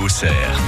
Auxerre.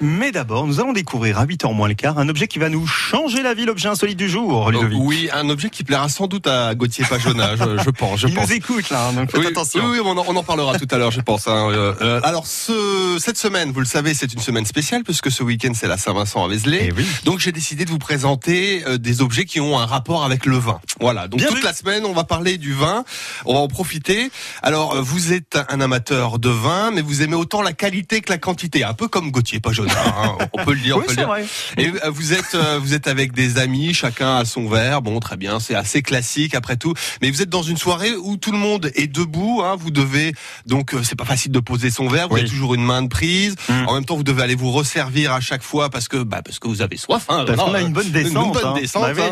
Mais d'abord, nous allons découvrir à 8h moins le quart un objet qui va nous changer la vie, l'objet insolite du jour, Ludovic. Oh, Oui, un objet qui plaira sans doute à Gauthier Pajona, je, je pense. Je Il pense. nous écoute là, hein, donc faites Oui, attention. oui, oui, on, en, on en parlera tout à l'heure, je pense. hein. Euh, euh, alors, ce, cette semaine, vous le savez, c'est une semaine spéciale puisque ce week-end c'est la Saint-Vincent à Vézelay. Eh oui. Donc, j'ai décidé de vous présenter euh, des objets qui ont un rapport avec le vin. Voilà. Donc, Bien toute vu. la semaine, on va parler du vin. On va en profiter. Alors, euh, vous êtes un amateur de vin, mais vous aimez autant la qualité que la quantité. Un peu comme Gauthier Pajona. hein. On peut le dire. on Oui, peut le c'est dire. vrai. Et euh, vous êtes euh, vous êtes avec des amis, chacun a son verre. Bon, très bien, c'est assez classique après tout. Mais vous êtes dans une soirée où tout le monde est debout. Hein, vous devez donc euh, c'est pas facile de poser son verre. Vous Oui. avez toujours une main de prise. Mm. En même temps, vous devez aller vous resservir à chaque fois parce que bah parce que vous avez soif. Hein, Parce Voilà, qu'on a euh, une bonne descente. bonne hein. descente, Bah oui.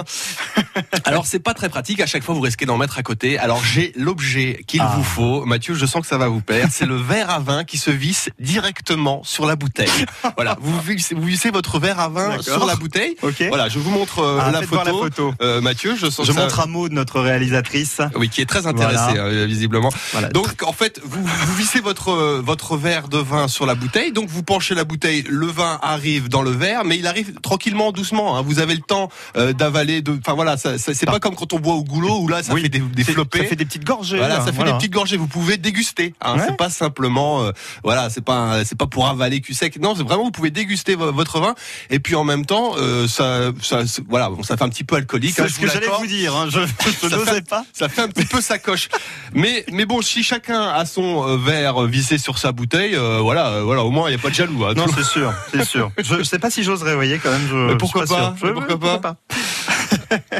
hein. Alors c'est pas très pratique. À chaque fois, vous risquez d'en mettre à côté. Alors j'ai l'objet qu'il Ah. vous faut, Mathieu. Je sens que ça va vous plaire. C'est le verre à vin qui se visse directement sur la bouteille. Voilà, vous vissez, vous vissez votre verre à vin D'accord. sur la bouteille. Ok. Voilà, je vous montre euh, Ah, la, faites photo. voir la photo. Euh, Mathieu, je sens Je que ça- montre à Maud, notre réalisatrice. Oui, qui est très intéressé Voilà. euh, visiblement. Voilà. Donc en fait, vous, vous vissez votre euh, votre verre de vin sur la bouteille. Donc vous penchez la bouteille, le vin arrive dans le verre, mais il arrive tranquillement, doucement. hein. Vous avez le temps euh, d'avaler. De... Enfin voilà, ça, ça- c'est pas comme quand on boit au goulot où là ça Oui, fait des, des C'est- flopées. Ça fait des petites gorgées. Voilà, là, ça fait des petites gorgées. Vous pouvez déguster. Hein, Ouais. C'est pas simplement, euh, voilà, c'est pas, un- c'est pas pour avaler cul sec. Non, c'est vraiment vous pouvez déguster vo- votre vin et puis en même temps, euh, ça, ça, c'est- voilà, bon, ça fait un petit peu alcoolique. hein, C'est je ce que j'allais l'accorde. vous dire. hein, Je je Ça n'osais fait- pas. Ça fait un petit peu sacoche. Mais, mais bon, si chacun a son euh, verre vissé sur sa bouteille, euh, voilà, euh, voilà, au moins il n'y a pas de jaloux. hein. Non, Tout- c'est sûr, c'est sûr. Je, je sais pas si j'oserais, vous voyez, quand même. Je, Mais je suis pourquoi sûr. pas Je- Mais pourquoi pas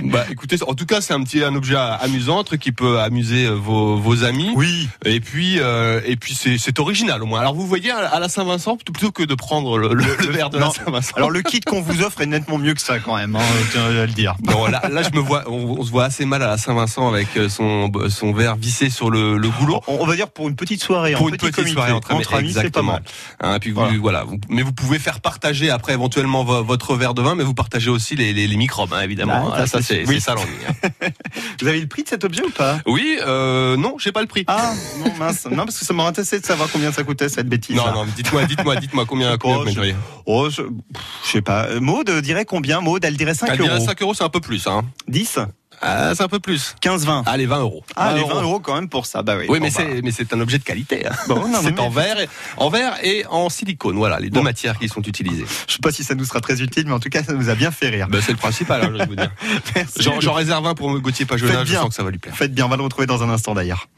bah, écoutez, en tout cas, c'est un petit un objet euh, amusant, un truc qui peut amuser euh, vos, vos amis. Oui. Et puis, euh, et puis c'est c'est original au moins. Alors vous voyez, à la- à la Saint-Vincent, plutôt- plutôt que de prendre le, le- le verre de la non. Saint-Vincent. Alors, le kit qu'on vous offre est nettement mieux que ça, quand même. Hein, je tiens à le dire. Non, là, là, je me vois, on, on se voit assez mal à la Saint-Vincent avec euh, son, son verre vissé sur le, le goulot. On, on va dire pour une petite soirée, pour en une petit petite comité, soirée entre, amis, c'est pas exactement. mal. Hein, puis vous- Voilà. voilà. vous- mais vous pouvez faire partager après éventuellement vo- votre verre de vin, mais vous partagez aussi les, les- les microbes, hein, évidemment. Ah, Hein, ça, ça, c'est- c'est oui. c'est ça l'ennui. hein. Vous avez le prix de cet objet ou pas Oui, euh, non, j'ai pas le prix. Ah non mince, non parce que ça m'aurait intéressé de savoir combien ça coûtait cette bêtise. non, non, mais dites-moi, dites-moi, dites-moi combien. combien Oh, vous mettriez Oh, je, pff, je sais pas. Euh, Maud euh, dirait combien Maud, elle dirait 5 Elle dirait euros. 5 euros, c'est un peu plus. Hein. 10 Ah, c'est un peu plus. 15, 20. Allez, 20 euros. Ah, les 20 euros quand même pour ça. Bah oui. Oui, bon, mais bah. c'est mais c'est un objet de qualité. hein. Bon, non, c'est mais- en verre, et, en verre et en silicone. Voilà, les deux Bon. matières qui sont utilisées. Je sais pas si ça nous sera très utile, mais en tout cas, ça nous a bien fait rire. Ben, c'est le principal, hein, je vais vous dire. Merci. J'en j'en réserve un pour Gauthier Pajolin. Faites Je bien. sens que ça va lui plaire. Faites bien, on va le retrouver dans un instant d'ailleurs.